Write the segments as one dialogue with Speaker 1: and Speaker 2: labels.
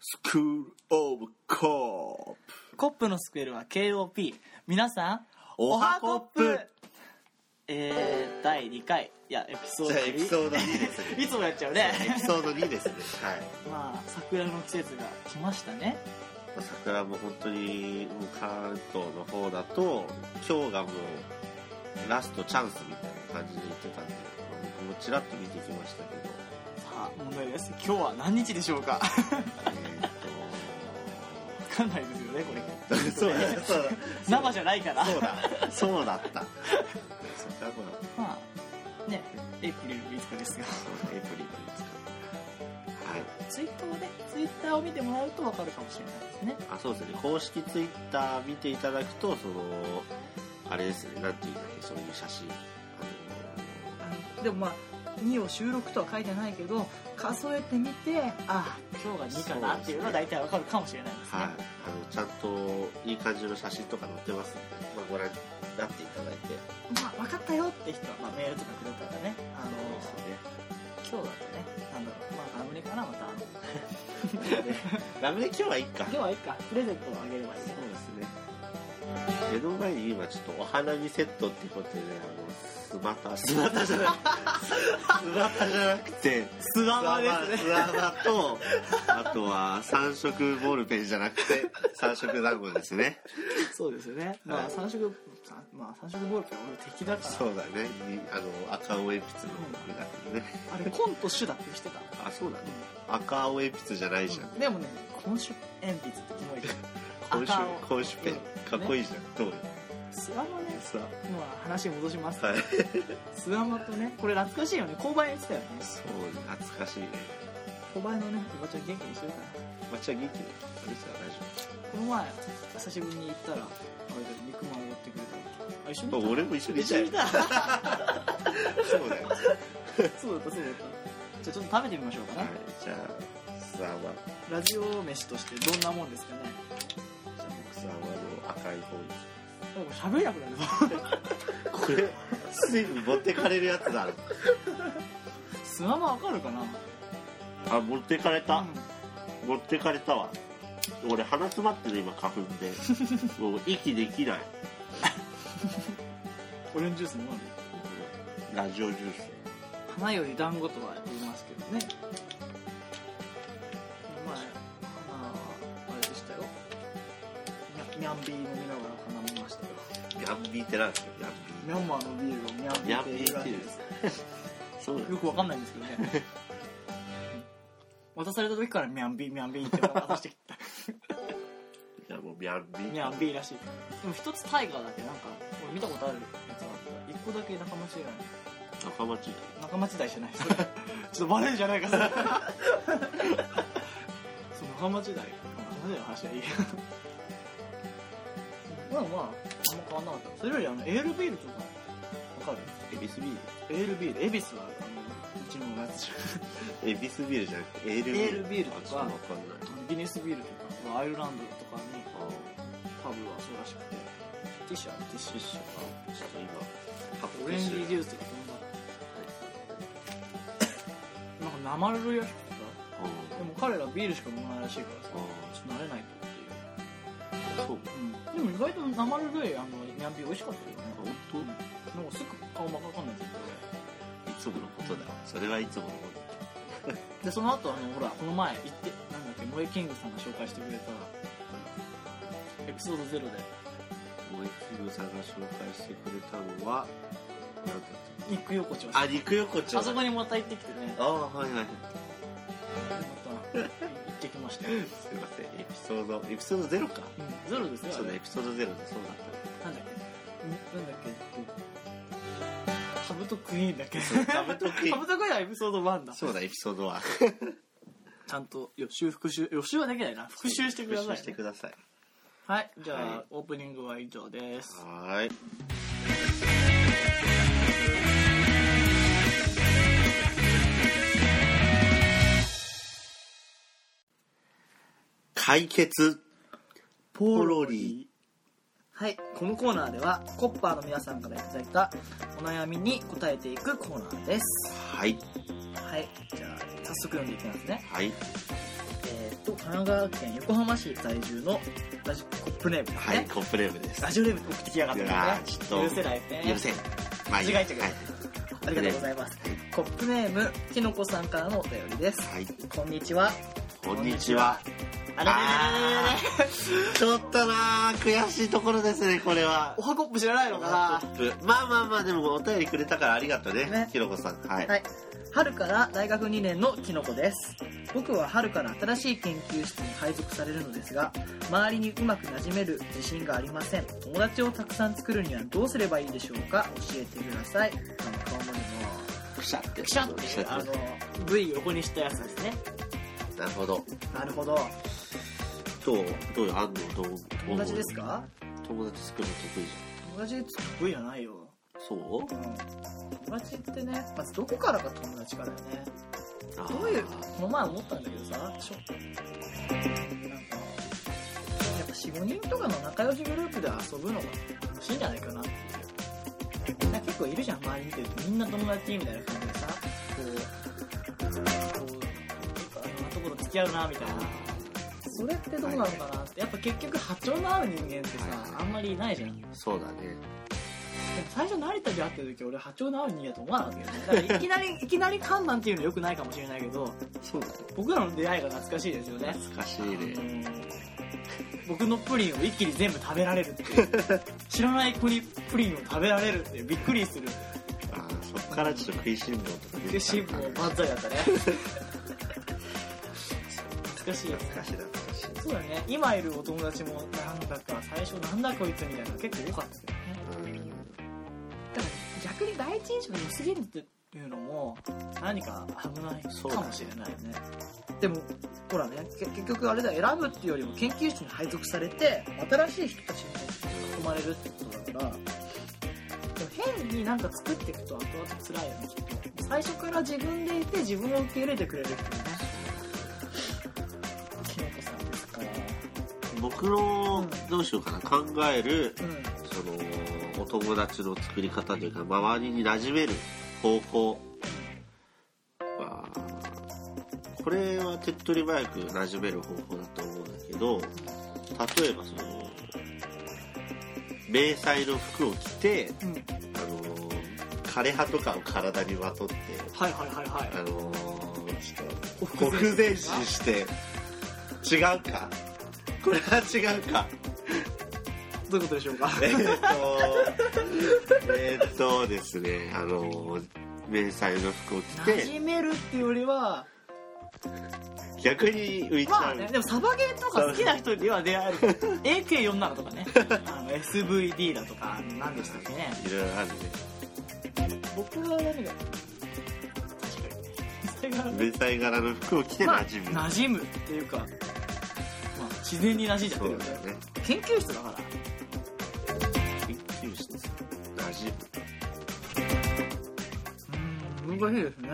Speaker 1: スクールオブコープ
Speaker 2: コップのスクエルは KOP 皆さん
Speaker 1: おはコップ
Speaker 2: えー、第2回いやエピソード
Speaker 1: じゃあエピソード2です
Speaker 2: 2 いつもやっちゃう
Speaker 1: エピ
Speaker 2: ね
Speaker 1: ソード2ですねはい
Speaker 2: まあ桜の季節が来ましたね
Speaker 1: まあ桜も本当にもう関東の方だと今日がもうラストチャンスみたいな感じで言ってたんでまあ僕もちらっと見てきましたけど
Speaker 2: さあ問題です今日は何日でしょうかわ
Speaker 1: え
Speaker 2: かんないですよねこれ
Speaker 1: ーっと そうだそうだ
Speaker 2: 生じゃないから
Speaker 1: そうだそうだったそっかこの
Speaker 2: まあねエイプリルの5日ですが
Speaker 1: エイプリルですかはい
Speaker 2: ツイッターをねツイッターを見てもらうとわかるかもしれないですね
Speaker 1: あそうですね公式ツイッター見ていただくとそのあれですねなんていうんだっけそういう写真
Speaker 2: でもまあ2を収録とは書いてないけど数えてみてあ今日が2かなっていうのは大体わかるかもしれないですね
Speaker 1: あのはいあのちゃんといい感じの写真とか載ってますんで、まあ、ご覧になっていただいて
Speaker 2: まあ分かったよって人は、まあ、メールとかくれたらねあの今日だとねなんだろうまあラムネかなまたあの
Speaker 1: そうですねラムネ今日はいいか
Speaker 2: 今日はいいかプレゼントをあげればいいね
Speaker 1: そうですね目の前に今ちょっとお花見セットってことでねあのスマタ スマタじゃないスマタじゃなくて
Speaker 2: スワマです
Speaker 1: ス
Speaker 2: ね
Speaker 1: ワマとあとは三色ボールペンじゃなくて三色団子ですね
Speaker 2: そうですよねまあ3色さまあ3色ボールペンは俺敵だか
Speaker 1: そ
Speaker 2: ら
Speaker 1: うだねにあの赤青鉛筆の絵だからね
Speaker 2: あれコント主だってしてた
Speaker 1: あそうだね赤青鉛筆じゃないじゃん
Speaker 2: でもね今週鉛筆ってキモいじゃん
Speaker 1: 今週
Speaker 2: 赤青
Speaker 1: 今週ペン
Speaker 2: うん
Speaker 1: かっこいいじゃんどうよ
Speaker 2: スワマね
Speaker 1: さ
Speaker 2: まあ話戻します、
Speaker 1: あはい
Speaker 2: スワマとねこれ懐かしいよね購買やってたよね
Speaker 1: そう懐かしいね
Speaker 2: 購買のねおばちゃん元気にしてるから
Speaker 1: まっちゃん元気であれじゃ大丈夫
Speaker 2: この前久しぶりに行ったらあれだよ肉まんおごってくれたわけあ一緒に行った
Speaker 1: 俺も一緒にい
Speaker 2: 一
Speaker 1: た
Speaker 2: 緒
Speaker 1: よ
Speaker 2: にいた
Speaker 1: そうだよはい
Speaker 2: そうだったそうだったじゃあちょっと食べてみましょうかね、
Speaker 1: じゃあスワマ
Speaker 2: ラジオ飯としてどんなもんですかね
Speaker 1: じゃあ僕スワマの赤い方に
Speaker 2: もう喋れなくなる ぞ
Speaker 1: これ水分持ってかれるやつだろ
Speaker 2: スワマわかるかな
Speaker 1: あ持ってかれた、
Speaker 2: うん
Speaker 1: 持ってかれたわ俺鼻詰まってる今花粉で もう息できない
Speaker 2: オレンジジュース飲んで
Speaker 1: ラジオジュー
Speaker 2: 花より団子とは言いますけどねこの前花あれでしたよミャンビー飲みながら花見ましたよ
Speaker 1: スヤンビーってなんですかヤン
Speaker 2: ミャンマーのビールをミャンビーって言うらしいです
Speaker 1: ビーそうだ
Speaker 2: よくわかんないんですけどね 渡された時からミャンビーミャンビーって渡 してきた
Speaker 1: じゃあもうヤンビー
Speaker 2: ミャンビーらしいでも一つタイガーだけなんか俺見たことあるやつあった一個だけ仲間違い
Speaker 1: 仲間違い
Speaker 2: 仲間違いじゃないそれ ちょっとバレるじゃない かそれそう仲間違い仲間違いの話はいいや まあまああんま変わんなかったそれよりあのエールビールとかわか
Speaker 1: エビスビー
Speaker 2: るエールビール恵比寿はあのうちのやつじゃん
Speaker 1: ルエビスビールじゃなくてエールビール
Speaker 2: エールビールとか
Speaker 1: あちょっとわかんない
Speaker 2: ギネスビールとかアイルランドとかにパブはそうらしくてティッシュあるティッシ
Speaker 1: シュッシュあちょっと今発
Speaker 2: ュオレンジジュースとか飲んだなんか生ルるやつとかでも彼らビールしか飲まないらしいからさちょっと慣れないとっ
Speaker 1: そう
Speaker 2: ていう、うん、でも意外と生ルるいあのニャンピー美味しかったよね
Speaker 1: 本当
Speaker 2: なんかすぐ顔真っ赤になっちゃって
Speaker 1: いつものことだそれはいつものこと
Speaker 2: でその後あのほらこの前行ってなんだっけ萌えキングさんが紹介してくれたエピソードゼロで
Speaker 1: 萌えキングさんが紹介してくれたのは何だった
Speaker 2: 肉横丁
Speaker 1: あ、肉横丁。
Speaker 2: あそこにまた行ってきてね
Speaker 1: あはいはい。
Speaker 2: また行ってきま したよ、
Speaker 1: すいません、エピソード、エピソードゼロか。
Speaker 2: ゼロですね
Speaker 1: そうだ、エピソードゼロで、そうだっ
Speaker 2: なんだっけなんだっけえっとカブトクイーンだっけ
Speaker 1: た。カブトクイ
Speaker 2: カブトクイーンはエピソード1だ
Speaker 1: そうだ、エピソードは。
Speaker 2: ちゃんと予習復習予習はできないな復習してくださいね、
Speaker 1: 復習してください。
Speaker 2: はいじゃあ、
Speaker 1: はい
Speaker 2: オープニングは以上です
Speaker 1: はーい。解決。ポロリ。
Speaker 2: はいこのコーナーではコッパーの皆さんからいただいたお悩みに答えていくコーナーです
Speaker 1: はい。
Speaker 2: ははいじゃあ早速読んでいきますね
Speaker 1: はい。
Speaker 2: えーっと神奈川県横浜市在住のラジコップネームですね、
Speaker 1: はい、コップレームです。
Speaker 2: ラジオネーム送ってきやがった
Speaker 1: い
Speaker 2: から
Speaker 1: や
Speaker 2: ね
Speaker 1: ーちょっと
Speaker 2: 許せないですね
Speaker 1: 許せん。まあいい
Speaker 2: 間違えちゃう
Speaker 1: はい。
Speaker 2: ありがとうございますコップネームきのこさんからのお便りです
Speaker 1: はい。
Speaker 2: こんにちは
Speaker 1: こんにちは。
Speaker 2: あ
Speaker 1: あーちょっとなー悔しいところですね、これは
Speaker 2: お。はコップ知らないのかな
Speaker 1: トップまあまあまあ、でもお便りくれたからありがとうね
Speaker 2: ね、
Speaker 1: ひろこさん。はい。
Speaker 2: はい。春から大学2年のキノコです。僕は春から新しい研究室に配属されるのですが、周りにうまく馴染める自信がありません。友達をたくさん作るにはどうすればいいでしょうか教えてください。あの、顔文字の、
Speaker 1: くしゃって。
Speaker 2: くしゃって、あの、V 横にしたやつですね。
Speaker 1: なるほど。
Speaker 2: なるほど。
Speaker 1: どうどうよ、安藤どうどう
Speaker 2: 友達ですか
Speaker 1: 友達作るの得意じ
Speaker 2: 友達つ V じゃないよ。
Speaker 1: ゃん。そう
Speaker 2: うん。友達ってね、まずどこからが友達かだよね。
Speaker 1: あー
Speaker 2: どういうこの前思ったんだけどさちょなんかやっぱ45人とかの仲良しグループで遊ぶのが楽しいんじゃないかなっていうみんな結構いるじゃん周り見てるとみんな友達みたいな感じでさこうこう結構あんなところ付き合うなみたいなそれってどうなのかなってやっぱ結局波長の合う人間ってさあんまりいないじゃん
Speaker 1: そうだね。
Speaker 2: でも最初成田に会ってる時俺波長の合う人間だと思わなかったけどねだからいきなりいきなり観覧っていうのよくないかもしれないけど
Speaker 1: そうだね。
Speaker 2: 僕らの出会いが懐かしいですよね
Speaker 1: 懐かしいね。
Speaker 2: 僕のプリンを一気に全部食べられるっていう知らない子にプリンを食べられるっていうびっくりする
Speaker 1: あーそっからちょっと食いしん坊とか出て
Speaker 2: で辛
Speaker 1: たの
Speaker 2: 抱
Speaker 1: かな
Speaker 2: 万歳だったね
Speaker 1: 懐
Speaker 2: 懐かしいです
Speaker 1: かしい懐かしい。
Speaker 2: そうだね今いるお友達もなんだか最初なんだこいつみたいなの結構多かったけど
Speaker 1: う
Speaker 2: ね
Speaker 1: ん
Speaker 2: だから逆に第一印象が良すぎるっていうのも何か危ないかもしれないよねでもほらねけ結局あれだよ選ぶっていうよりも研究室に配属されて新しい人たちに囲まれるってことだからでも変になんか作っていくと後々辛いよねきっと最初から自分でいて自分を受け入れてくれる人もねきのこさんですから
Speaker 1: 僕の
Speaker 2: うん
Speaker 1: どうしようかな考える
Speaker 2: うん
Speaker 1: そのお友達の作り方というか周りに馴染める方法はこれは手っ取り早く馴染める方法だと思うんだけど例えばその迷彩の服を着て
Speaker 2: うん
Speaker 1: あの枯葉とかを体にまとって
Speaker 2: はいはいはいはい
Speaker 1: あの
Speaker 2: お
Speaker 1: 国前進して違うかこれは違うか
Speaker 2: どういうことでしょうか
Speaker 1: えーっと、えーっとですね、あの、迷彩の服を着
Speaker 2: 馴
Speaker 1: て、
Speaker 2: 染めるっていうよりは
Speaker 1: 逆に浮いちゃ
Speaker 2: まあ
Speaker 1: う。
Speaker 2: ね、でもサバゲーとか好きな人には出会える AK47 とかねあの SVD だとか何でしたっけね
Speaker 1: いろいろあるね。
Speaker 2: 僕は何が確かにねそれが
Speaker 1: 迷彩柄の服を着て
Speaker 2: まあ
Speaker 1: 馴染む。
Speaker 2: 馴染むっていうか、まあ、自然に馴染んじゃって
Speaker 1: そ
Speaker 2: る
Speaker 1: う
Speaker 2: よね
Speaker 1: だよね。
Speaker 2: 研究室だから
Speaker 1: 研究室です。馴染む。
Speaker 2: うん難しいですね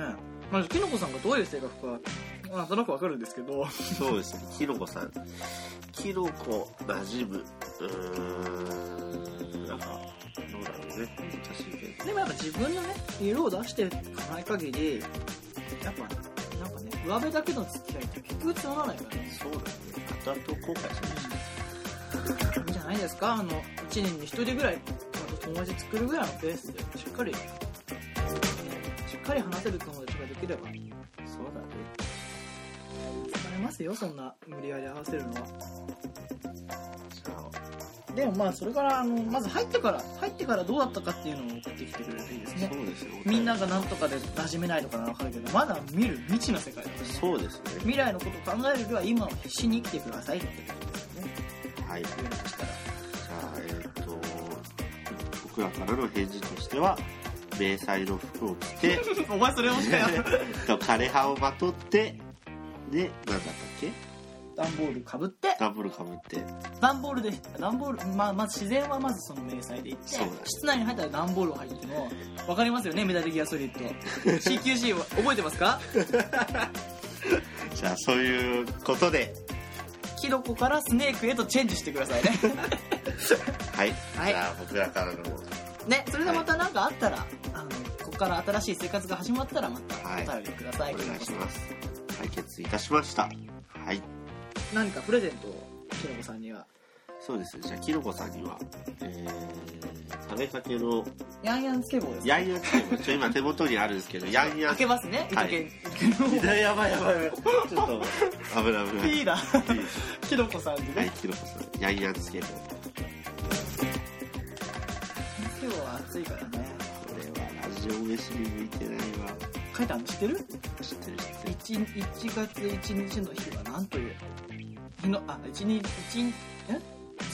Speaker 2: まずきのこさんがどういう性格かなんとなくわかるんですけど
Speaker 1: そうですね、キノコさん。キノコ、馴染む。うーん、なんか、どうだろうね。難しいけど。
Speaker 2: でもやっぱ自分のね色を出していかない限りやっぱなんかね上辺だけの付き合いって結局つまらないからね
Speaker 1: そうだね。後々後悔するし。
Speaker 2: いいんじゃないですかあの1年に1人ぐらいちゃんと友達作るぐらいのペースでしっかりしっかり話せる友達ができれば疲
Speaker 1: そうだね。
Speaker 2: れますよそんな無理やり合わせるのは
Speaker 1: じゃあ、
Speaker 2: でもまあそれからあのまず入ってから入ってからどうだったかっていうのを送ってきてくれるといいですね
Speaker 1: そうですよ。
Speaker 2: みんながなんとかで馴染めないのかなわかるけどまだ見る未知の世界だからね
Speaker 1: そうですね。
Speaker 2: 未来のことを考えるよりは今を必死に生きてくださいってことですよね
Speaker 1: はい。
Speaker 2: 言うのとしたら
Speaker 1: じゃあ、えっ、と、僕らからの返事としては、迷彩の服を着 て、
Speaker 2: お前それもしかよ
Speaker 1: と枯葉をまとって、で、なんだったっけ
Speaker 2: 段ボールかぶって
Speaker 1: ダブルかぶって、
Speaker 2: 段ボールで段ボールまあまず自然はまずその迷彩で行って
Speaker 1: そうだね
Speaker 2: 室内に入ったら段ボールを入っても分かりますよねメタルギアソリッド CQC は覚えてますか
Speaker 1: じゃあそういうことで、
Speaker 2: キノコからスネークへとチェンジしてください ね
Speaker 1: はい。
Speaker 2: はい
Speaker 1: じゃあ僕らからの、
Speaker 2: ねそれでまた何かあったら、あのこから新しい生活が始まったらま
Speaker 1: はい
Speaker 2: たお便りください、
Speaker 1: お願いします解決いたしましたはい
Speaker 2: 何かプレゼントをきのこさんには
Speaker 1: そうですねじゃあきのこさんにはえー、食べかけの
Speaker 2: ヤンヤンつけ棒です
Speaker 1: ヤンヤンつけ棒ちょ今手元にあるんですけどヤンヤン
Speaker 2: 開けますね、
Speaker 1: はい
Speaker 2: い、糸犬
Speaker 1: やばいやばいやばいちょっ と危ない危ない
Speaker 2: ピーだ きのこさんでね、
Speaker 1: はいきのこさんヤンヤンつけ棒こ
Speaker 2: 今日は暑いからね
Speaker 1: れはラジオ飯に向いてないわ
Speaker 2: 書いたの知ってる
Speaker 1: 知ってる知ってる
Speaker 2: 1, 1月1日の日は何という日のあ一日一日え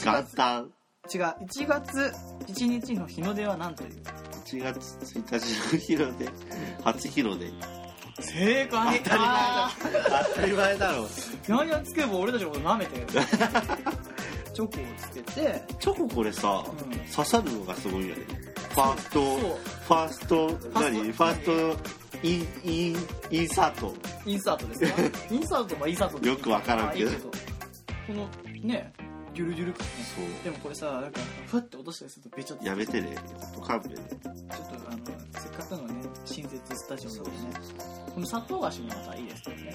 Speaker 2: 1
Speaker 1: 元
Speaker 2: 月
Speaker 1: 旦
Speaker 2: 違う1月1日の日の出は何という
Speaker 1: 1月1日の日の出初日の出
Speaker 2: 正解
Speaker 1: 当たり前だ当たり前だろ
Speaker 2: ヤンヤンつけ棒俺たちのこと舐めてる チョコをつけて、
Speaker 1: チョコこれさ、
Speaker 2: うん、
Speaker 1: 刺さるのがすごいよねファースト
Speaker 2: そう
Speaker 1: ファースト何フ
Speaker 2: フ
Speaker 1: ァ
Speaker 2: ァ
Speaker 1: ー
Speaker 2: ー
Speaker 1: ス
Speaker 2: ス
Speaker 1: トインインインサート
Speaker 2: インサートですね インサートはインサートって
Speaker 1: よくわからんけど
Speaker 2: あいいこのねジュルジュル感ね
Speaker 1: そう
Speaker 2: でもこれさなんかふわって落としたりするとべちょっと
Speaker 1: やめてねほんと勘弁
Speaker 2: ちょっとあのせっかくのね新設スタジオなんでねこの砂糖菓子もまたいいですよね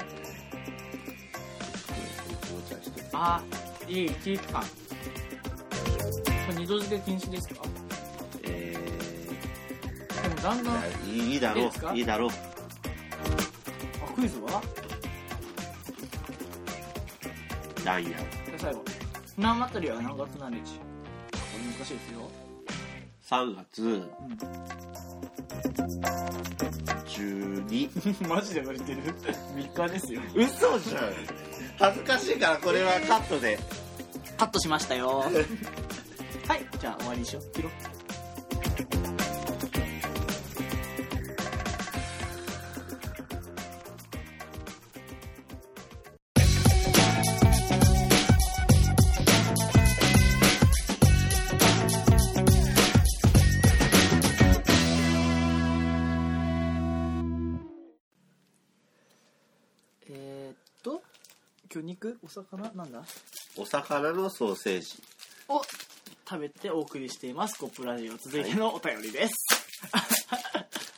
Speaker 2: あいいチーズ感これ二度漬け禁止ですか
Speaker 1: え
Speaker 2: でもだんだんあ
Speaker 1: ーいいいいだろ
Speaker 2: いいです
Speaker 1: う
Speaker 2: か
Speaker 1: いいだろう
Speaker 2: クイズは
Speaker 1: ダイヤ
Speaker 2: じゃあ最後船祭りは何月何日これ難しいですよ、
Speaker 1: 3月12
Speaker 2: マジで無理てる3日ですよ
Speaker 1: 嘘じゃん恥ずかしいからこれはカットで
Speaker 2: カットしました よはいじゃあ終わりにしよう切ろうえーっと魚肉お魚なんだ
Speaker 1: お魚のソーセージ
Speaker 2: を食べてお送りしていますコップラジオ続いてのお便りです、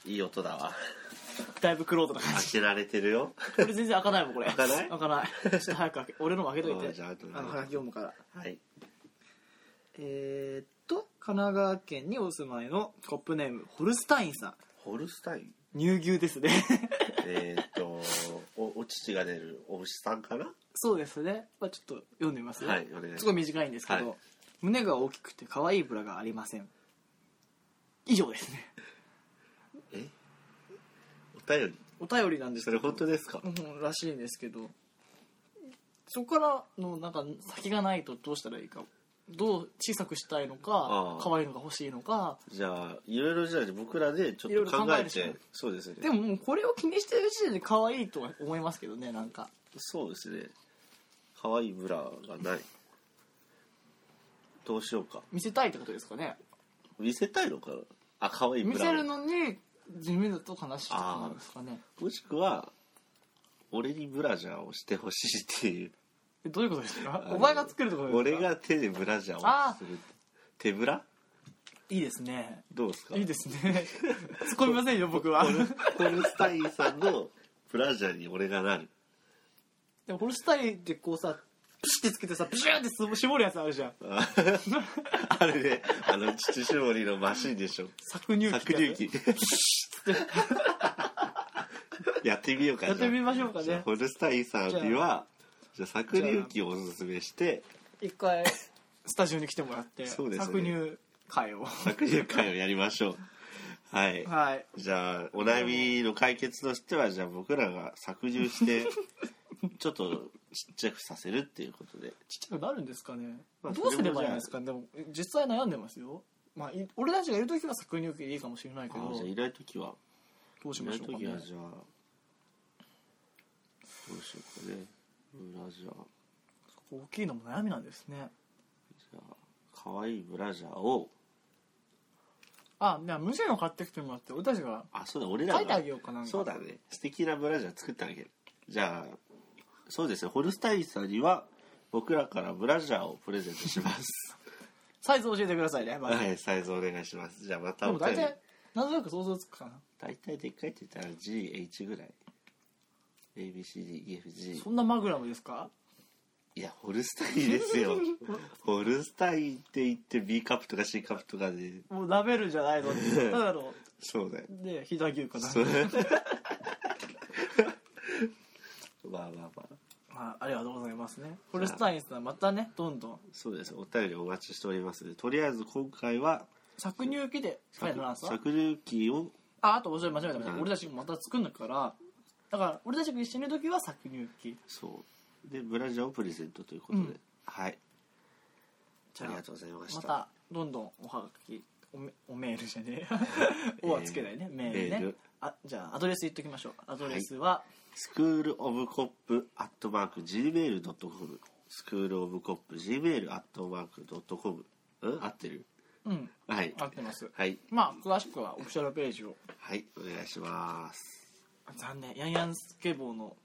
Speaker 1: いい音だわ
Speaker 2: だいぶクロードな感
Speaker 1: 開
Speaker 2: じ
Speaker 1: けられてるよ
Speaker 2: これ全然開かないもんこれ
Speaker 1: 開かない
Speaker 2: 開かないちょっと早く開け俺のも開けとい
Speaker 1: おい
Speaker 2: て
Speaker 1: じゃあ後で
Speaker 2: あのはがき読むから
Speaker 1: はい
Speaker 2: えー、っと神奈川県にお住まいのコップネームホルスタインさん
Speaker 1: ホルスタイン
Speaker 2: 乳牛ですね
Speaker 1: えーっとおお乳が出るお牛さんかな
Speaker 2: そうですね、まあ、ちょっと読んでみますね、
Speaker 1: はいお願いします
Speaker 2: すごい短いんですけど、
Speaker 1: はい
Speaker 2: 胸が大きくて可愛いブラがありません以上ですね
Speaker 1: えお便
Speaker 2: お便りなんで
Speaker 1: り
Speaker 2: す
Speaker 1: そ
Speaker 2: け
Speaker 1: れ
Speaker 2: ど
Speaker 1: 本当ですか
Speaker 2: うんらしいんですけどそこからのなんか先がないとどうしたらいいかどう小さくしたいの
Speaker 1: あ
Speaker 2: か
Speaker 1: あ
Speaker 2: 可愛いのが欲しいのか
Speaker 1: じゃあいろいろじゃあ僕らでちょっと考
Speaker 2: いろいろ
Speaker 1: え
Speaker 2: 考え
Speaker 1: て
Speaker 2: るしかない
Speaker 1: そうですね
Speaker 2: でももうこれを気にしてる時点で可愛いとは思いますけどねなんか
Speaker 1: そうですね可愛いブラがないどうしようか
Speaker 2: 見せたいってことですかね
Speaker 1: 見せたいのかなあ可愛いブ
Speaker 2: 見
Speaker 1: ラ
Speaker 2: せ
Speaker 1: を
Speaker 2: るのに地味だと悲しいとかなんですかね
Speaker 1: もしくは俺にブラジャーをしてほしいっていう
Speaker 2: えどういうことですか
Speaker 1: あの
Speaker 2: お前が作るってことですか
Speaker 1: 俺が手でブラジャーをする手ブラ
Speaker 2: いいですね
Speaker 1: どうですか
Speaker 2: いいですね突っ込みません よ僕は
Speaker 1: ホルスタインさんのブラジャーに俺がなる
Speaker 2: でもホルスタインってこうさピシってつけてさピシューって絞るやつあるじゃん
Speaker 1: ああれねあの乳搾りのマシンでしょ
Speaker 2: 搾乳機って
Speaker 1: 搾
Speaker 2: やつ
Speaker 1: 乳機 やってみようか
Speaker 2: やってみ
Speaker 1: ま
Speaker 2: ましょうか
Speaker 1: じゃあ
Speaker 2: ね
Speaker 1: ホルスタインさんにはじゃあ搾乳機をおすすめして
Speaker 2: 一回スタジオに来てもらって、
Speaker 1: そうですね
Speaker 2: 搾乳会を
Speaker 1: 搾乳会をやりましょうはい
Speaker 2: はい
Speaker 1: じゃあお悩みの解決としてはじゃあ僕らが搾乳 してちょっとちっちゃくさせるっていうことで
Speaker 2: ちっちゃくなるんですかね、
Speaker 1: まあ
Speaker 2: どうすればいいんですかねでも実際悩んでますよまあ、い俺たちがいる時は搾乳機でいいかもしれないけど
Speaker 1: あじゃあいない時は
Speaker 2: どうしましょうか
Speaker 1: いない
Speaker 2: ね
Speaker 1: 時はじゃあどうしようかねブラジャー
Speaker 2: 大きいのも悩みなんですね
Speaker 1: じゃあ可愛いブラジャーを
Speaker 2: あじゃあ無線を買ってきてもらって俺たちが
Speaker 1: あそうだ俺らが
Speaker 2: 書いてあげようかなんか
Speaker 1: そうだね素敵なブラジャー作ってあげるじゃあそうですねホルスタインさんには僕らからブラジャーをプレゼントします
Speaker 2: サイズ教えてくださいね、まず
Speaker 1: はいサイズお願いしますじゃあまた
Speaker 2: でも大
Speaker 1: 便り
Speaker 2: 体なんとなく想像つくかな
Speaker 1: 大体でっかいって言ったら GH ぐらい ABCDEFG
Speaker 2: そんなマグラムですか
Speaker 1: いやホルスタインです よホルスタインって言って B カップとか C カップとかで
Speaker 2: もうラベルじゃないのなん だろ
Speaker 1: そうだよ
Speaker 2: うね飛騨牛かな
Speaker 1: それ まあまあまあ
Speaker 2: まあ、ありがとうございますねホルスタインさんまたねどんどん
Speaker 1: そうですお便りお待ちしておりますとりあえず今回は
Speaker 2: 搾乳機で彼のランスは
Speaker 1: 搾乳機を
Speaker 2: ああと面白い間違えた間違え
Speaker 1: う
Speaker 2: た
Speaker 1: ん
Speaker 2: 俺たちまた作るんだからだから俺たちが一緒にいる時は搾乳機
Speaker 1: そうでブラジャーをプレゼントということで、
Speaker 2: うん
Speaker 1: はい
Speaker 2: じ
Speaker 1: あ
Speaker 2: ゃ
Speaker 1: りが
Speaker 2: あ
Speaker 1: とうございまし
Speaker 2: ま
Speaker 1: た
Speaker 2: たどんどんおはがきおめおメールじ ゃねえおはつけないね、メールね
Speaker 1: メール
Speaker 2: あじゃあアドレス言っときましょうアドレスは、
Speaker 1: スクールオブコップアットマーク Gmail.com スクールオブコップ Gmail アットマーク .com うん合ってる
Speaker 2: うん
Speaker 1: はい
Speaker 2: 合ってます
Speaker 1: はい
Speaker 2: まあ詳しくはオフィシャルページを
Speaker 1: はいお願いします
Speaker 2: あ残念ヤンヤンスケボーの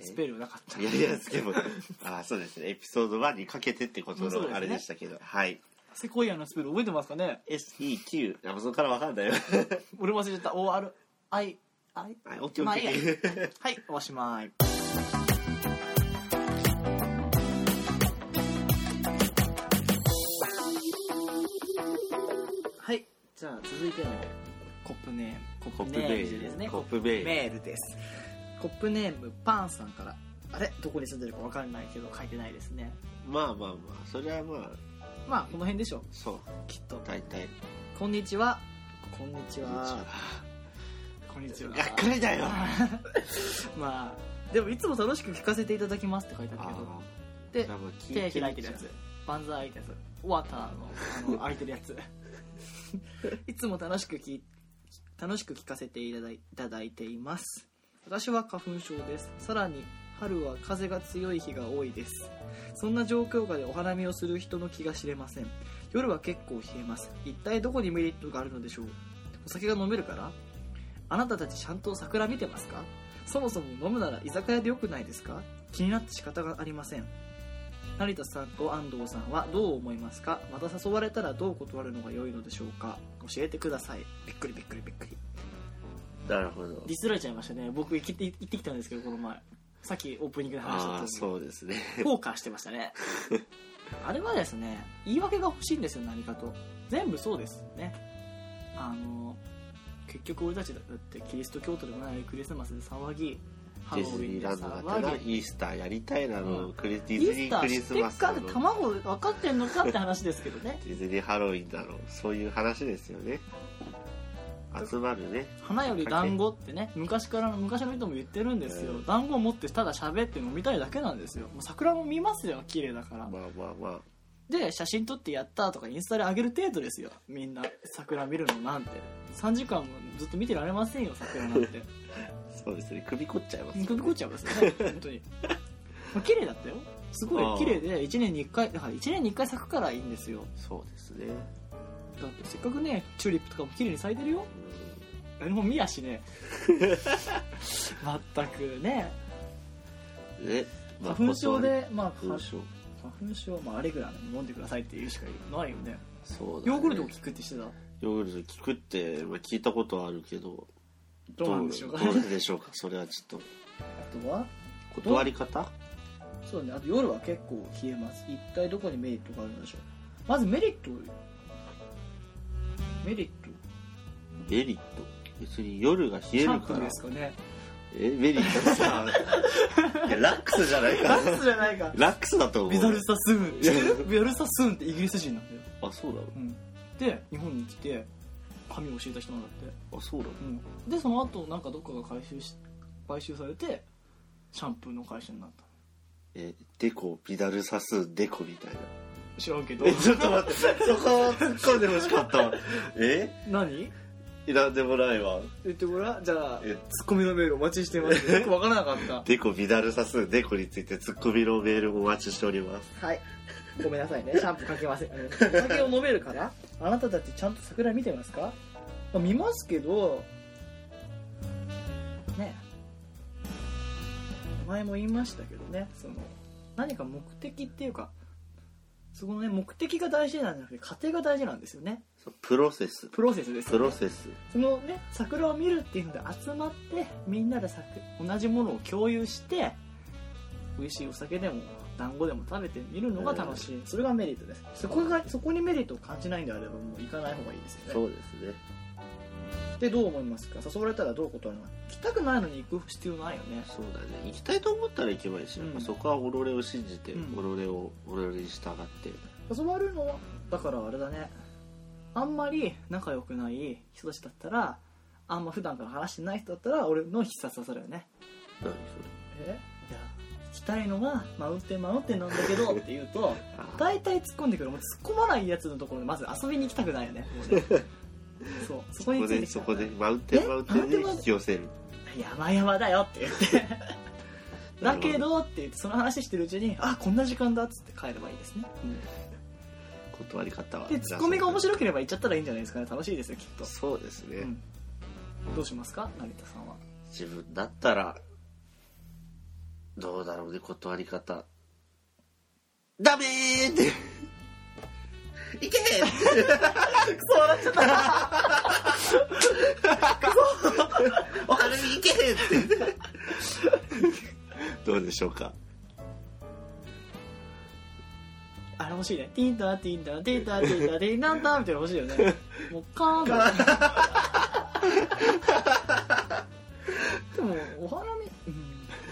Speaker 2: スペルなかった
Speaker 1: いやいやですけど あそうですねエピソード1にかけてってこと
Speaker 2: そうです
Speaker 1: の
Speaker 2: ね
Speaker 1: あれでしたけど、はい
Speaker 2: セコイアのスペル覚えてますかね
Speaker 1: SEQ あもうそこからわかん ないよ
Speaker 2: 俺忘れちゃった ORI はい
Speaker 1: はいオッケー
Speaker 2: ま
Speaker 1: オ
Speaker 2: あ
Speaker 1: ッ
Speaker 2: いいや
Speaker 1: ケー
Speaker 2: はいおしまいはいじゃあ続いてのコップネーム
Speaker 1: コップメ
Speaker 2: コップネームです
Speaker 1: ー
Speaker 2: ね
Speaker 1: ルコップメール
Speaker 2: メールですコップネームパンさんからあれどこに住んでるかわかんないけど書いてないですね
Speaker 1: まあまあまあそれはまあ
Speaker 2: まあこの辺でしょう
Speaker 1: そう
Speaker 2: きっと
Speaker 1: 大体
Speaker 2: こんにちはこんにちはこんに
Speaker 1: がっかりだよ
Speaker 2: まあでもいつも楽しく聞かせていただきますって書いてある
Speaker 1: あ
Speaker 2: け
Speaker 1: ー
Speaker 2: ど
Speaker 1: じゃあもう聞い
Speaker 2: で手
Speaker 1: み
Speaker 2: 開いてるやつ万歳ってやつワター のあの開いてるやついつも楽しくき楽しく聞かせていただいいただいています私は花粉症ですさらに春は風が強い日が多いですそんな状況下でお花見をする人の気が知れません夜は結構冷えます一体どこにメリットがあるのでしょうお酒が飲めるからあなたたちちゃんと桜見てますかそもそも飲むなら居酒屋でよくないですか気になって仕方がありません成田さんと安藤さんはどう思いますかまた誘われたらどう断るのが良いのでしょうか教えてくださいびっくりびっくりびっくり
Speaker 1: なるほど
Speaker 2: ディスられちゃいましたね僕行って行ってきたんですけどこの前さっきオープニングで話した
Speaker 1: ああ
Speaker 2: 通り
Speaker 1: そうですね
Speaker 2: ポーカーしてました ねあれはですね言い訳が欲しいんですよ何かと全部そうですねあの結局俺たちだってキリスト教徒でもないクリスマスで騒ぎハ
Speaker 1: デ
Speaker 2: ロ
Speaker 1: ィ
Speaker 2: ウ
Speaker 1: ズ
Speaker 2: ィン
Speaker 1: ニー
Speaker 2: で
Speaker 1: ランドだったら
Speaker 2: 騒ぎ
Speaker 1: イースターやりたいなの、
Speaker 2: うん
Speaker 1: クリデ
Speaker 2: イ
Speaker 1: ィズ
Speaker 2: ー
Speaker 1: ニ
Speaker 2: スタ
Speaker 1: ーク
Speaker 2: ー
Speaker 1: リ
Speaker 2: し
Speaker 1: ス
Speaker 2: てっ
Speaker 1: マスだ
Speaker 2: かっ
Speaker 1: ろ
Speaker 2: て卵分かってんのかって話ですけどね
Speaker 1: ディズニーハロウィンだろうそういう話ですよね集まるね
Speaker 2: 花より団子ってね昔からの昔の人も言ってるんですよ、団子を持ってただ喋って飲みたいだけなんですよもう桜も見ますよ綺麗だから、
Speaker 1: まあまあまあ
Speaker 2: で写真撮ってやったとかインスタで上げる程度ですよみんな桜見るのなんて3時間もずっと見てられませんよ桜なん て
Speaker 1: そうですね首凝っちゃいます、ね、
Speaker 2: 首こっちゃいますよね本当に、まあ、綺麗だったよすご
Speaker 1: あ
Speaker 2: い
Speaker 1: あ
Speaker 2: 綺麗で1年に1回だから1年に1回咲くからいいんですよ
Speaker 1: そうですね、
Speaker 2: だってせっかくねチューリップとかも綺麗に咲いてるよ
Speaker 1: う
Speaker 2: 何も見やし ね全くね
Speaker 1: ん、ねまあ
Speaker 2: 花粉症でまあ
Speaker 1: 花
Speaker 2: 花
Speaker 1: 粉症
Speaker 2: 花粉症まああれぐらい飲んでくださいって言うしかないよね
Speaker 1: そうだ、ね、
Speaker 2: ヨーグルトも効くってしてた
Speaker 1: ヨーグルト効くってまあ聞いたことはあるけど
Speaker 2: どうなんでしょうか
Speaker 1: どうなんでしょうかそれはちょっ
Speaker 2: あとは
Speaker 1: と断り方
Speaker 2: そうねあと夜は結構冷えます一体どこにメリットがあるんでしょうまずメリットをメリット
Speaker 1: メリット別に夜が冷え
Speaker 2: シャ
Speaker 1: る
Speaker 2: ンプ
Speaker 1: か
Speaker 2: ー
Speaker 1: ら
Speaker 2: ですかね
Speaker 1: えメリットさいやラックスじゃないか
Speaker 2: ラッツじゃないか
Speaker 1: ラックスだと思う
Speaker 2: ビザルサスーン
Speaker 1: いや
Speaker 2: ビザルサスーンってイギリス人なんだよ、
Speaker 1: あそうだろ
Speaker 2: うん、で日本に来て髪を教えた人なんだって、
Speaker 1: あそうだろ
Speaker 2: うん、でその後なんかどっかが回収し買収されてシャンプーの会社になった
Speaker 1: えデコビダルサスデコみたいな
Speaker 2: 知らんけど
Speaker 1: えちょっと待ってそこを突っ込んでほしかったわ え
Speaker 2: 何
Speaker 1: いらんでもないわ
Speaker 2: 言ってごらんじゃあ
Speaker 1: え
Speaker 2: ツッコミのメールお待ちしてますよくわからなかった
Speaker 1: デコビダルサスデコについてツッコミのメールをお待ちしております
Speaker 2: はい。ごめんなさいね。シャンプーかけません。うんお 酒を飲めるからあなたたちちゃんと桜見てますか、まあ見ますけど、ね前も言いましたけどね、その、何か目的っていうか、そこのね目的が大事なんじゃなくて過程が大事なんですよね
Speaker 1: そうプロセス
Speaker 2: プロセスです
Speaker 1: プ
Speaker 2: よね
Speaker 1: ロセス
Speaker 2: そのね桜を見るっていうので集まってみんなで桜同じものを共有して美味しいお酒でも団子でも食べてみるのが楽しい、それがメリットですそこがそこにメリットを感じないんであればもう行かない方がいいですよね
Speaker 1: そうですね
Speaker 2: でどう思いますか誘われたらどう断るの来たくないのに行く必要ないよね
Speaker 1: そうだね行きたいと思ったら行けばいいし、
Speaker 2: うん
Speaker 1: やっぱそこは己を信じて、
Speaker 2: うん
Speaker 1: 己を己に従って
Speaker 2: 誘われるのはだからあれだねあんまり仲良くない人たちだったらあんま普段から話してない人だったら俺の必殺技だよね
Speaker 1: 何それ
Speaker 2: えいや聞きたいのがマウンテンマウンテンなんだけど って言うと
Speaker 1: あー
Speaker 2: 大体突っ込んでくるもう突っ込まないやつのところでまず遊びに行きたくないよねもう ねそうそこ
Speaker 1: こ
Speaker 2: に
Speaker 1: こ
Speaker 2: ついて
Speaker 1: で
Speaker 2: き
Speaker 1: そ
Speaker 2: た
Speaker 1: こでマウンテ
Speaker 2: え
Speaker 1: ンマウンテンに引き寄せる
Speaker 2: 山々だよって言 って
Speaker 1: なる
Speaker 2: だ
Speaker 1: ほど
Speaker 2: けどって言ってその話してるうちにあこんな時間だっつって帰ればいいですね、
Speaker 1: 断り方は
Speaker 2: でツッコミが面白ければ言っちゃったらいいんじゃないですかね楽しいですよきっと、
Speaker 1: そうですね、
Speaker 2: うん、どうしますか成田さんは
Speaker 1: 自分だったらどうだろうね断り方ダメーっていけ
Speaker 2: クソ笑っちゃった
Speaker 1: お花見いけって どうでしょうか
Speaker 2: あれ欲しいね。ティンタティンタティンタティンタティンタンタンみたいなの欲しいよ ね。もうカーンでも、お花見、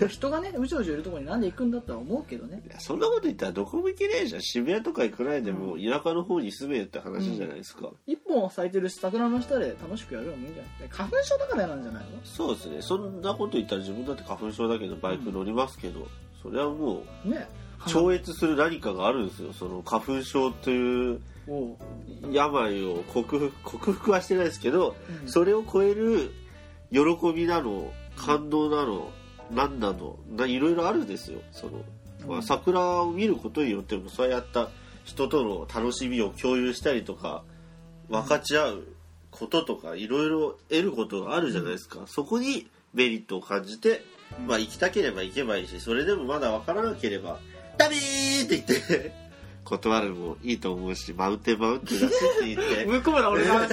Speaker 2: うん、人がね、うじょうじょいるとこになんで行くんだとは思うけどね。
Speaker 1: いやそんなこと言ったらどこも行けねえじゃん渋谷とか行くないでもう田舎の方に住めよって話じゃないですか、
Speaker 2: 一本咲いてるし、桜の下で楽しくやるのもいいんじゃない花粉症だから嫌なんじゃないの
Speaker 1: そうですねそんなこと言ったら自分だって花粉症だけどバイク乗りますけど、それはもう
Speaker 2: ね。
Speaker 1: 超越する何かがあるんですよその花粉症という
Speaker 2: おう
Speaker 1: 病を克服克服はしてないですけど
Speaker 2: うん
Speaker 1: それを超える喜びなの感動なの何なのないろいろあるんですよその、ま
Speaker 2: う
Speaker 1: あ、
Speaker 2: ん
Speaker 1: 桜を見ることによってもそうやった人との楽しみを共有したりとか分かち合うこととかいろいろ得ることがあるじゃないですか、そこにメリットを感じて、まあ、行きたければ行けばいいしそれでもまだ分からなければ「ダメー!」って言って 断るのもいいと思うしマウンテンマウンテンだしって言って
Speaker 2: ぶっ込むな、俺が。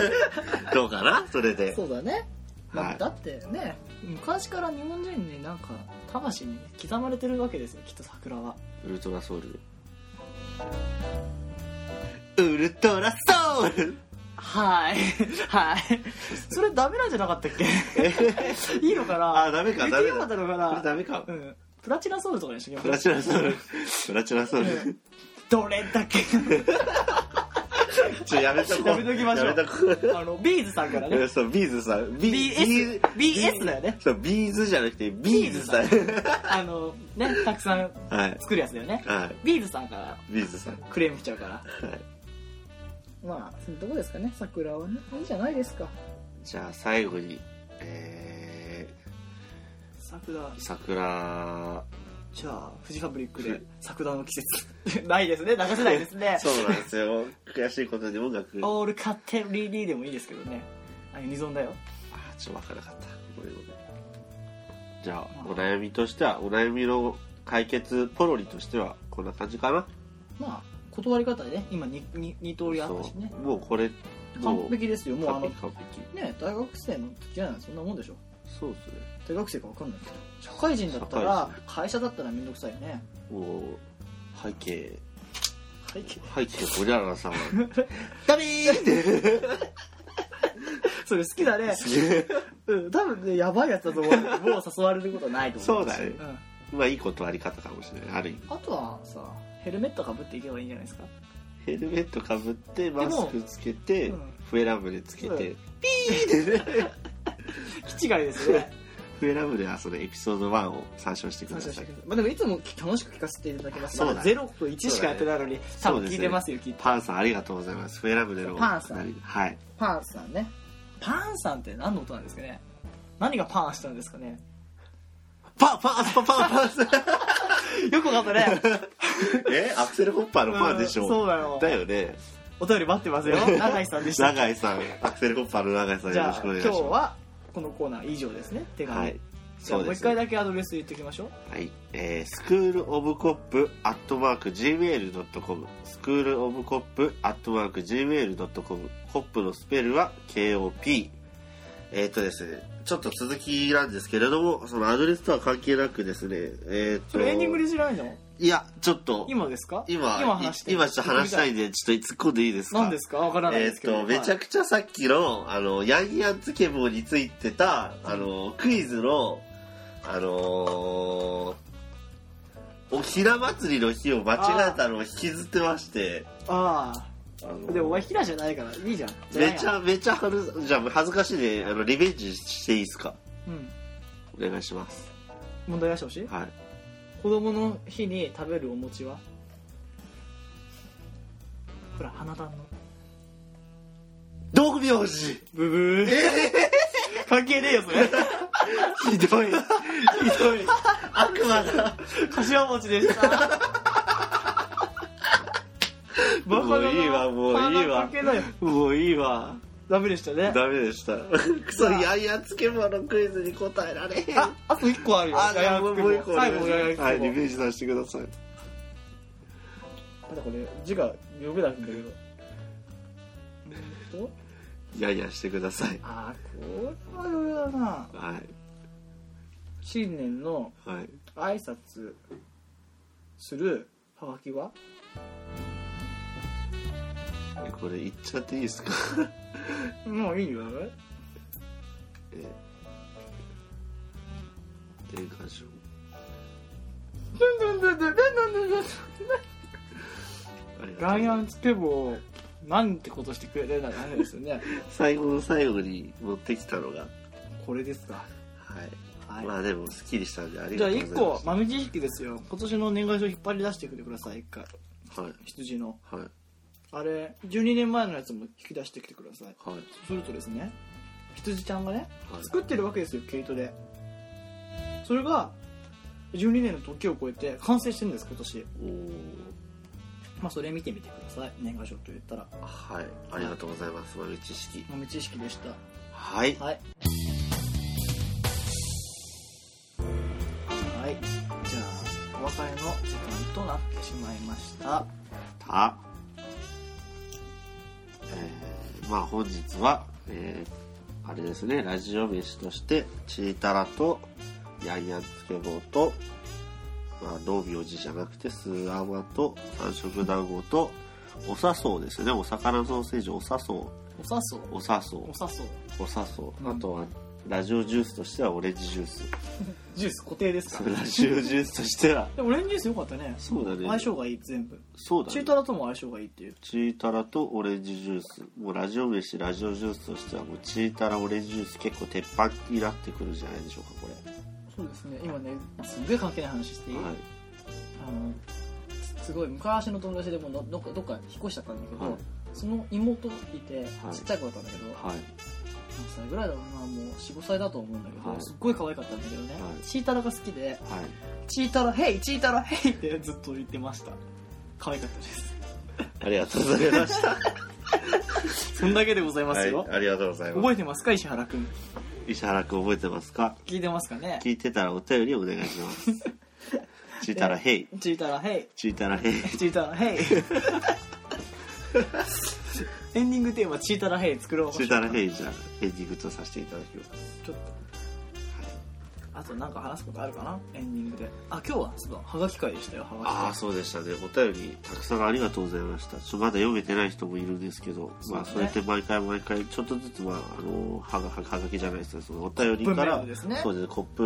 Speaker 1: どうかなそれで。
Speaker 2: そうだね。まあ
Speaker 1: はい
Speaker 2: だってね、昔から日本人になんか、魂に刻まれてるわけですよ、きっと桜は。
Speaker 1: ウルトラソウル。ウルトラソウル
Speaker 2: はい。 はい。それダメなんじゃなかったっけいいのかな
Speaker 1: あ、ダメか、
Speaker 2: 言っ
Speaker 1: ダ
Speaker 2: て
Speaker 1: メ
Speaker 2: よかった
Speaker 1: だ。
Speaker 2: のか
Speaker 1: これ
Speaker 2: な
Speaker 1: ダメか
Speaker 2: う。ん。プラチナソウルとかにしときま
Speaker 1: プラ
Speaker 2: す
Speaker 1: チナソウル。プラチナソウ
Speaker 2: う
Speaker 1: ル
Speaker 2: ん。どれだけ
Speaker 1: ちょ、やめとこう。
Speaker 2: やめときましょう
Speaker 1: やめとこ
Speaker 2: あの、ビーズさんからね
Speaker 1: う。。そう、ビーズさん。ビ
Speaker 2: BS、BS だよね。
Speaker 1: そう、ビーズじゃなくて、ビーズさん。
Speaker 2: あの、ね、たくさん
Speaker 1: はい。
Speaker 2: 作るやつだよね。
Speaker 1: はい。
Speaker 2: ビーズさんから
Speaker 1: ビーズさん。
Speaker 2: クレーム来ちゃうから。
Speaker 1: はい。
Speaker 2: まあ、そういうとこですかね。桜はね。いいじゃないですか。
Speaker 1: じゃあ、最後に、え
Speaker 2: 桜。
Speaker 1: ー、桜、
Speaker 2: じゃあ、フジファブリックで桜の季節。 ないですね。流せないですね。
Speaker 1: そうなんですよ。悔しいことに音楽。あ
Speaker 2: オールカテリーでもいいですけどね。あ、ユニゾンだよ。
Speaker 1: ーちょっとわからなかった。ごめんごめん。じゃあ、お悩みとしては、お悩みの解決ポロリとしては、こんな感じかな。
Speaker 2: まあ、断り方でね、今にに二通りあったしね
Speaker 1: そ。うもうこれ、も
Speaker 2: 完
Speaker 1: う、
Speaker 2: 璧ですよ。もうあ
Speaker 1: 完
Speaker 2: の、
Speaker 1: 璧、完璧。
Speaker 2: ね、大学生の時じゃないそんなもんでしょ。
Speaker 1: そうですね。
Speaker 2: 大学生かわかんないけど。社会人だったら、会社だったらめんどくさいよね。
Speaker 1: もう、背景、
Speaker 2: 背景。
Speaker 1: 背景、ゴリララ さんは、ダメーって、
Speaker 2: それ好きだね。うん、多分ね、やばいやつだと思う。もう誘われることないと思う
Speaker 1: そ
Speaker 2: し。
Speaker 1: うだね
Speaker 2: ん
Speaker 1: まあいい断り方かもしれない。ある意味。
Speaker 2: あとはさ、ヘルメットかぶっていけばいいんじゃないですか。
Speaker 1: ヘルメットかぶって、マスクつけて、
Speaker 2: うん
Speaker 1: 笛ラムでつけて、
Speaker 2: う
Speaker 1: ピーってね、
Speaker 2: 気違いですね。
Speaker 1: 笛ラムではそのエピソード1を参照してく
Speaker 2: 感
Speaker 1: だ
Speaker 2: 謝
Speaker 1: さ
Speaker 2: し
Speaker 1: い
Speaker 2: てく。ださいまあでもいつも楽しく聞かせていただきます。
Speaker 1: そうだね
Speaker 2: まだ0と1しかやってないのに、多分聞いてますよ、きっと。
Speaker 1: パンさんありがとうございます。笛ラムでの。
Speaker 2: パンさん
Speaker 1: はい。
Speaker 2: パンさんね。パンさんって何の音なんですかね何がパンしたんですかね
Speaker 1: パンパンパンパンパン
Speaker 2: よくわ かったね。
Speaker 1: えアクセルホッパーのパンでしょ、
Speaker 2: うんそうだよ。
Speaker 1: だよね。
Speaker 2: お便り待ってま すよ。永井さんでした。
Speaker 1: 永井さん、アクセルホッパーの永井さん
Speaker 2: じ
Speaker 1: よ
Speaker 2: ゃ
Speaker 1: ろ
Speaker 2: あ
Speaker 1: しくお
Speaker 2: 今
Speaker 1: 願い
Speaker 2: 日
Speaker 1: しま
Speaker 2: はこのコーナー以上ですね。手
Speaker 1: す。
Speaker 2: 紙。
Speaker 1: はい。
Speaker 2: じゃあ
Speaker 1: そう
Speaker 2: もう
Speaker 1: で
Speaker 2: 一
Speaker 1: す
Speaker 2: 回だけアドレス言っておきましょう
Speaker 1: はい、えー、スクールオブコップアットマーク Gmail.com スクールオブコップアットマーク Gmail.com コップのスペルは KOP えっ、とですねちょっと続きなんですけれどもそのアドレスとは関係なくですねえっ、
Speaker 2: それエンディング
Speaker 1: と
Speaker 2: でしないの
Speaker 1: いやちょっと
Speaker 2: 今ですか
Speaker 1: 今
Speaker 2: 今話して
Speaker 1: い今ちょっと話したいんでちょっと突っ込んでいいですか
Speaker 2: 何ですかわからない
Speaker 1: え
Speaker 2: で
Speaker 1: っ
Speaker 2: すけど、
Speaker 1: とめちゃくちゃさっきのあのヤンヤンつけ棒についてたあのクイズのあのーおひな祭りの日を間違えたのを引きずってまして
Speaker 2: はい
Speaker 1: あ
Speaker 2: あ
Speaker 1: の
Speaker 2: あでもお前ヒラじゃないからいいじゃん
Speaker 1: めち
Speaker 2: ゃ
Speaker 1: ゃめちゃはるじゃあ恥ずかしいであのリベンジしていいですか
Speaker 2: うん
Speaker 1: お願いします
Speaker 2: 問題出してほしい
Speaker 1: はい
Speaker 2: 子供の日に食べるお餅はほら花壇の
Speaker 1: 道明寺ひ
Speaker 2: ブブー、 関係ねえよそれ
Speaker 1: どい
Speaker 2: ひどい
Speaker 1: 悪魔 だ
Speaker 2: 柏餅でした
Speaker 1: も
Speaker 2: バカだな
Speaker 1: ういいわもういい
Speaker 2: 鼻
Speaker 1: わ
Speaker 2: かけだよ
Speaker 1: もういいわ
Speaker 2: ダメでしたね
Speaker 1: ダメでしたクソヤンヤンつけ棒のクイズに答えられへん
Speaker 2: ああと1個あるよ
Speaker 1: あ、じゃあもうもう一個お願
Speaker 2: 最
Speaker 1: いしま
Speaker 2: 後
Speaker 1: す
Speaker 2: やや
Speaker 1: はい、リ
Speaker 2: だ
Speaker 1: ベンジさせてください。
Speaker 2: これ字が読めないんだけどうんと
Speaker 1: いやいやしてください。
Speaker 2: あーこれは読めだな
Speaker 1: は
Speaker 2: 新年の
Speaker 1: い。はい。
Speaker 2: 挨拶するハガキは
Speaker 1: えこれ言っちゃっていいですか
Speaker 2: もういいよ
Speaker 1: え年間賞。ありがと
Speaker 2: ガ
Speaker 1: う
Speaker 2: ンヤンつけ棒なんてことしてくれてんだダメですよ ね
Speaker 1: 最後の最後に持ってきたのが、
Speaker 2: これですか
Speaker 1: はい。
Speaker 2: はい
Speaker 1: まあでも、すっきりしたんで、あり
Speaker 2: じゃ
Speaker 1: が
Speaker 2: あ
Speaker 1: とうござい
Speaker 2: 1
Speaker 1: ます。
Speaker 2: 個豆知識ですよ今年の年賀状引っ張り出してくてください一回
Speaker 1: はい。
Speaker 2: 羊の
Speaker 1: はい。
Speaker 2: あれ12年前のやつも引き出してきてください
Speaker 1: はい。
Speaker 2: そうするとですね羊ちゃんがね
Speaker 1: はい。
Speaker 2: 作ってるわけですよ毛糸でそれが12年の時を超えて完成してるんです今年
Speaker 1: おー
Speaker 2: まあそれ見てみてください年賀状と言ったら
Speaker 1: はい。ありがとうございます。豆知識。
Speaker 2: 豆知識でした
Speaker 1: はい。
Speaker 2: はいはいじゃあお別れの時間となってしまいました
Speaker 1: た、えーまあ本日は、えーあれですねラジオ飯としてチータラとヤンヤンつけ棒と、まあ、農業寺じゃなくてスーアマと三色団子とおさそうですねお魚ソーセージおさそう
Speaker 2: おさそう
Speaker 1: おさそ
Speaker 2: おさそう
Speaker 1: うおさそう
Speaker 2: う
Speaker 1: あ
Speaker 2: ん
Speaker 1: とはラジオジュースとしてはオレンジジュース
Speaker 2: ジュース固定です
Speaker 1: そ
Speaker 2: か
Speaker 1: うラジオジュースとしては
Speaker 2: でもオレンジジュースよかったね
Speaker 1: そうだね
Speaker 2: 相性がいい全部
Speaker 1: そうだね
Speaker 2: 中トラとも相性がいいっていう
Speaker 1: チータラとオレンジジュースもうラジオ飯ラジオジュースとしてはもうチータラオレンジジュース結構鉄板になってくるんじゃないでしょうかこれ
Speaker 2: そうですね今ねすっげえ関係ない話していい、
Speaker 1: はい
Speaker 2: あのすすごい昔の友達でものどっかどっか引っ越しちゃったんだけ
Speaker 1: は
Speaker 2: ど、
Speaker 1: い
Speaker 2: その妹いて
Speaker 1: はい
Speaker 2: ちっちゃい子だったんだけど、
Speaker 1: はい
Speaker 2: 何歳ぐらいだろうなもう45歳だと思うんだけど、
Speaker 1: はい
Speaker 2: すっごい可愛かったんだけどね、
Speaker 1: はい
Speaker 2: チータラが好きで
Speaker 1: はい
Speaker 2: 「チータラヘイチータラヘイ」ってずっと言ってました可愛かったです
Speaker 1: ありがとうございました
Speaker 2: そんだけでございますよ、
Speaker 1: はい、ありがとうございま
Speaker 2: 覚えてますか石原くん
Speaker 1: す石原君覚えてますか
Speaker 2: 聞いてますかね
Speaker 1: 聞いてたらお便りお願いします チータラヘイ
Speaker 2: チータラヘイ
Speaker 1: チータラヘイ
Speaker 2: チータラ ヘイエンディングテーマ「チータラヘイ」作ろう
Speaker 1: チータラヘイじゃあエンディングとさせていただきます
Speaker 2: ちょっとあとなんか話すことあるかなエンディングであ今日はそうだはがき会でしたよは
Speaker 1: あ
Speaker 2: が
Speaker 1: あそうでしたねお便りたくさんありがとうございましたちょっとまだ読めてない人もいるんですけど
Speaker 2: そう
Speaker 1: ま
Speaker 2: ね
Speaker 1: あ、そうやって毎回毎回ちょっとずつ、まあ、あのはがはがはがきじゃないですけどそのお便りか
Speaker 2: コップメー
Speaker 1: ら
Speaker 2: ルですね
Speaker 1: そうですねコップ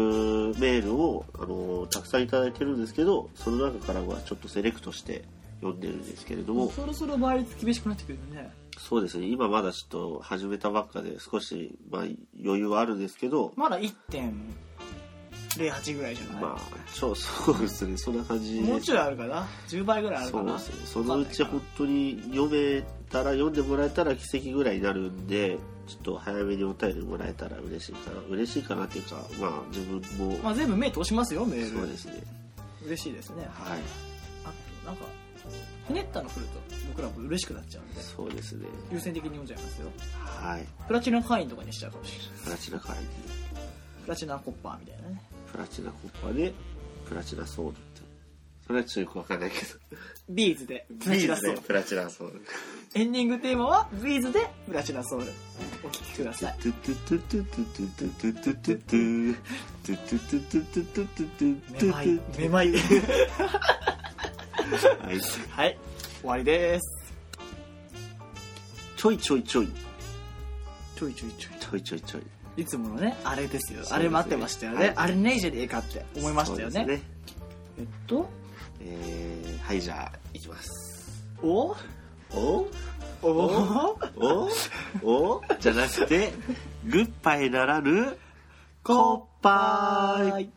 Speaker 1: メールをあのたくさんいただいてるんですけどその中からはちょっとセレクトして読んでるんですけれど
Speaker 2: き
Speaker 1: も
Speaker 2: そろそろ倍率厳しくなってくるよね
Speaker 1: そうですね今まだちょっと始めたばっかで少し、まあ、余裕はあるんですけど
Speaker 2: まだ1.08ぐらいじゃない、
Speaker 1: まあそうそうですねそんな感じ
Speaker 2: もう
Speaker 1: で
Speaker 2: ちょいあるかな10倍ぐらいある
Speaker 1: そ
Speaker 2: か
Speaker 1: う
Speaker 2: な
Speaker 1: ですねそのうち本当に読めたら読んでもらえたら奇跡ぐらいになるんでちょっと早めにお便りもらえたら嬉しいかな嬉しいかなっていうかまあ自分も、
Speaker 2: まあ全部目通しますよメール
Speaker 1: そうですね
Speaker 2: 嬉しいですね
Speaker 1: はい
Speaker 2: あとなんかひねったの来ると僕らも嬉しくなっちゃうんで
Speaker 1: そうですね
Speaker 2: 優先的に読んじゃいますよ
Speaker 1: はい
Speaker 2: プラチナ会員とかにしちゃうかもしれない
Speaker 1: 形の会議
Speaker 2: プラチナコッパーみたいなね
Speaker 1: プラチナコッパでプラチナソウルってそれはちょっとよくわかんないけど
Speaker 2: ビーズでプラ
Speaker 1: ビ
Speaker 2: チナ
Speaker 1: ー
Speaker 2: ソ
Speaker 1: ズ
Speaker 2: ウ
Speaker 1: で
Speaker 2: ル
Speaker 1: プラチナソウル
Speaker 2: エンディングテーマはビーズでプラチナソウルお聴きください
Speaker 1: トゥトゥトゥトゥトゥトゥトゥトゥトゥトゥトゥトゥトゥトゥトゥトゥトゥトゥトゥトゥトゥ
Speaker 2: めまいめまい
Speaker 1: はい
Speaker 2: はい終わりです
Speaker 1: ちょいちょいちょい
Speaker 2: ちょいちょいちょい
Speaker 1: ちょいちょいちょい
Speaker 2: いつものねあれですよ
Speaker 1: そうですね
Speaker 2: あれ待ってましたよね、
Speaker 1: はい
Speaker 2: あれねえじゃねえかって思いましたよ
Speaker 1: そ
Speaker 2: ね
Speaker 1: うです
Speaker 2: えっと
Speaker 1: えーはいじゃあいきます
Speaker 2: お
Speaker 1: お
Speaker 2: お
Speaker 1: おおおじゃなくてグッバイならぬ
Speaker 2: コッパーイ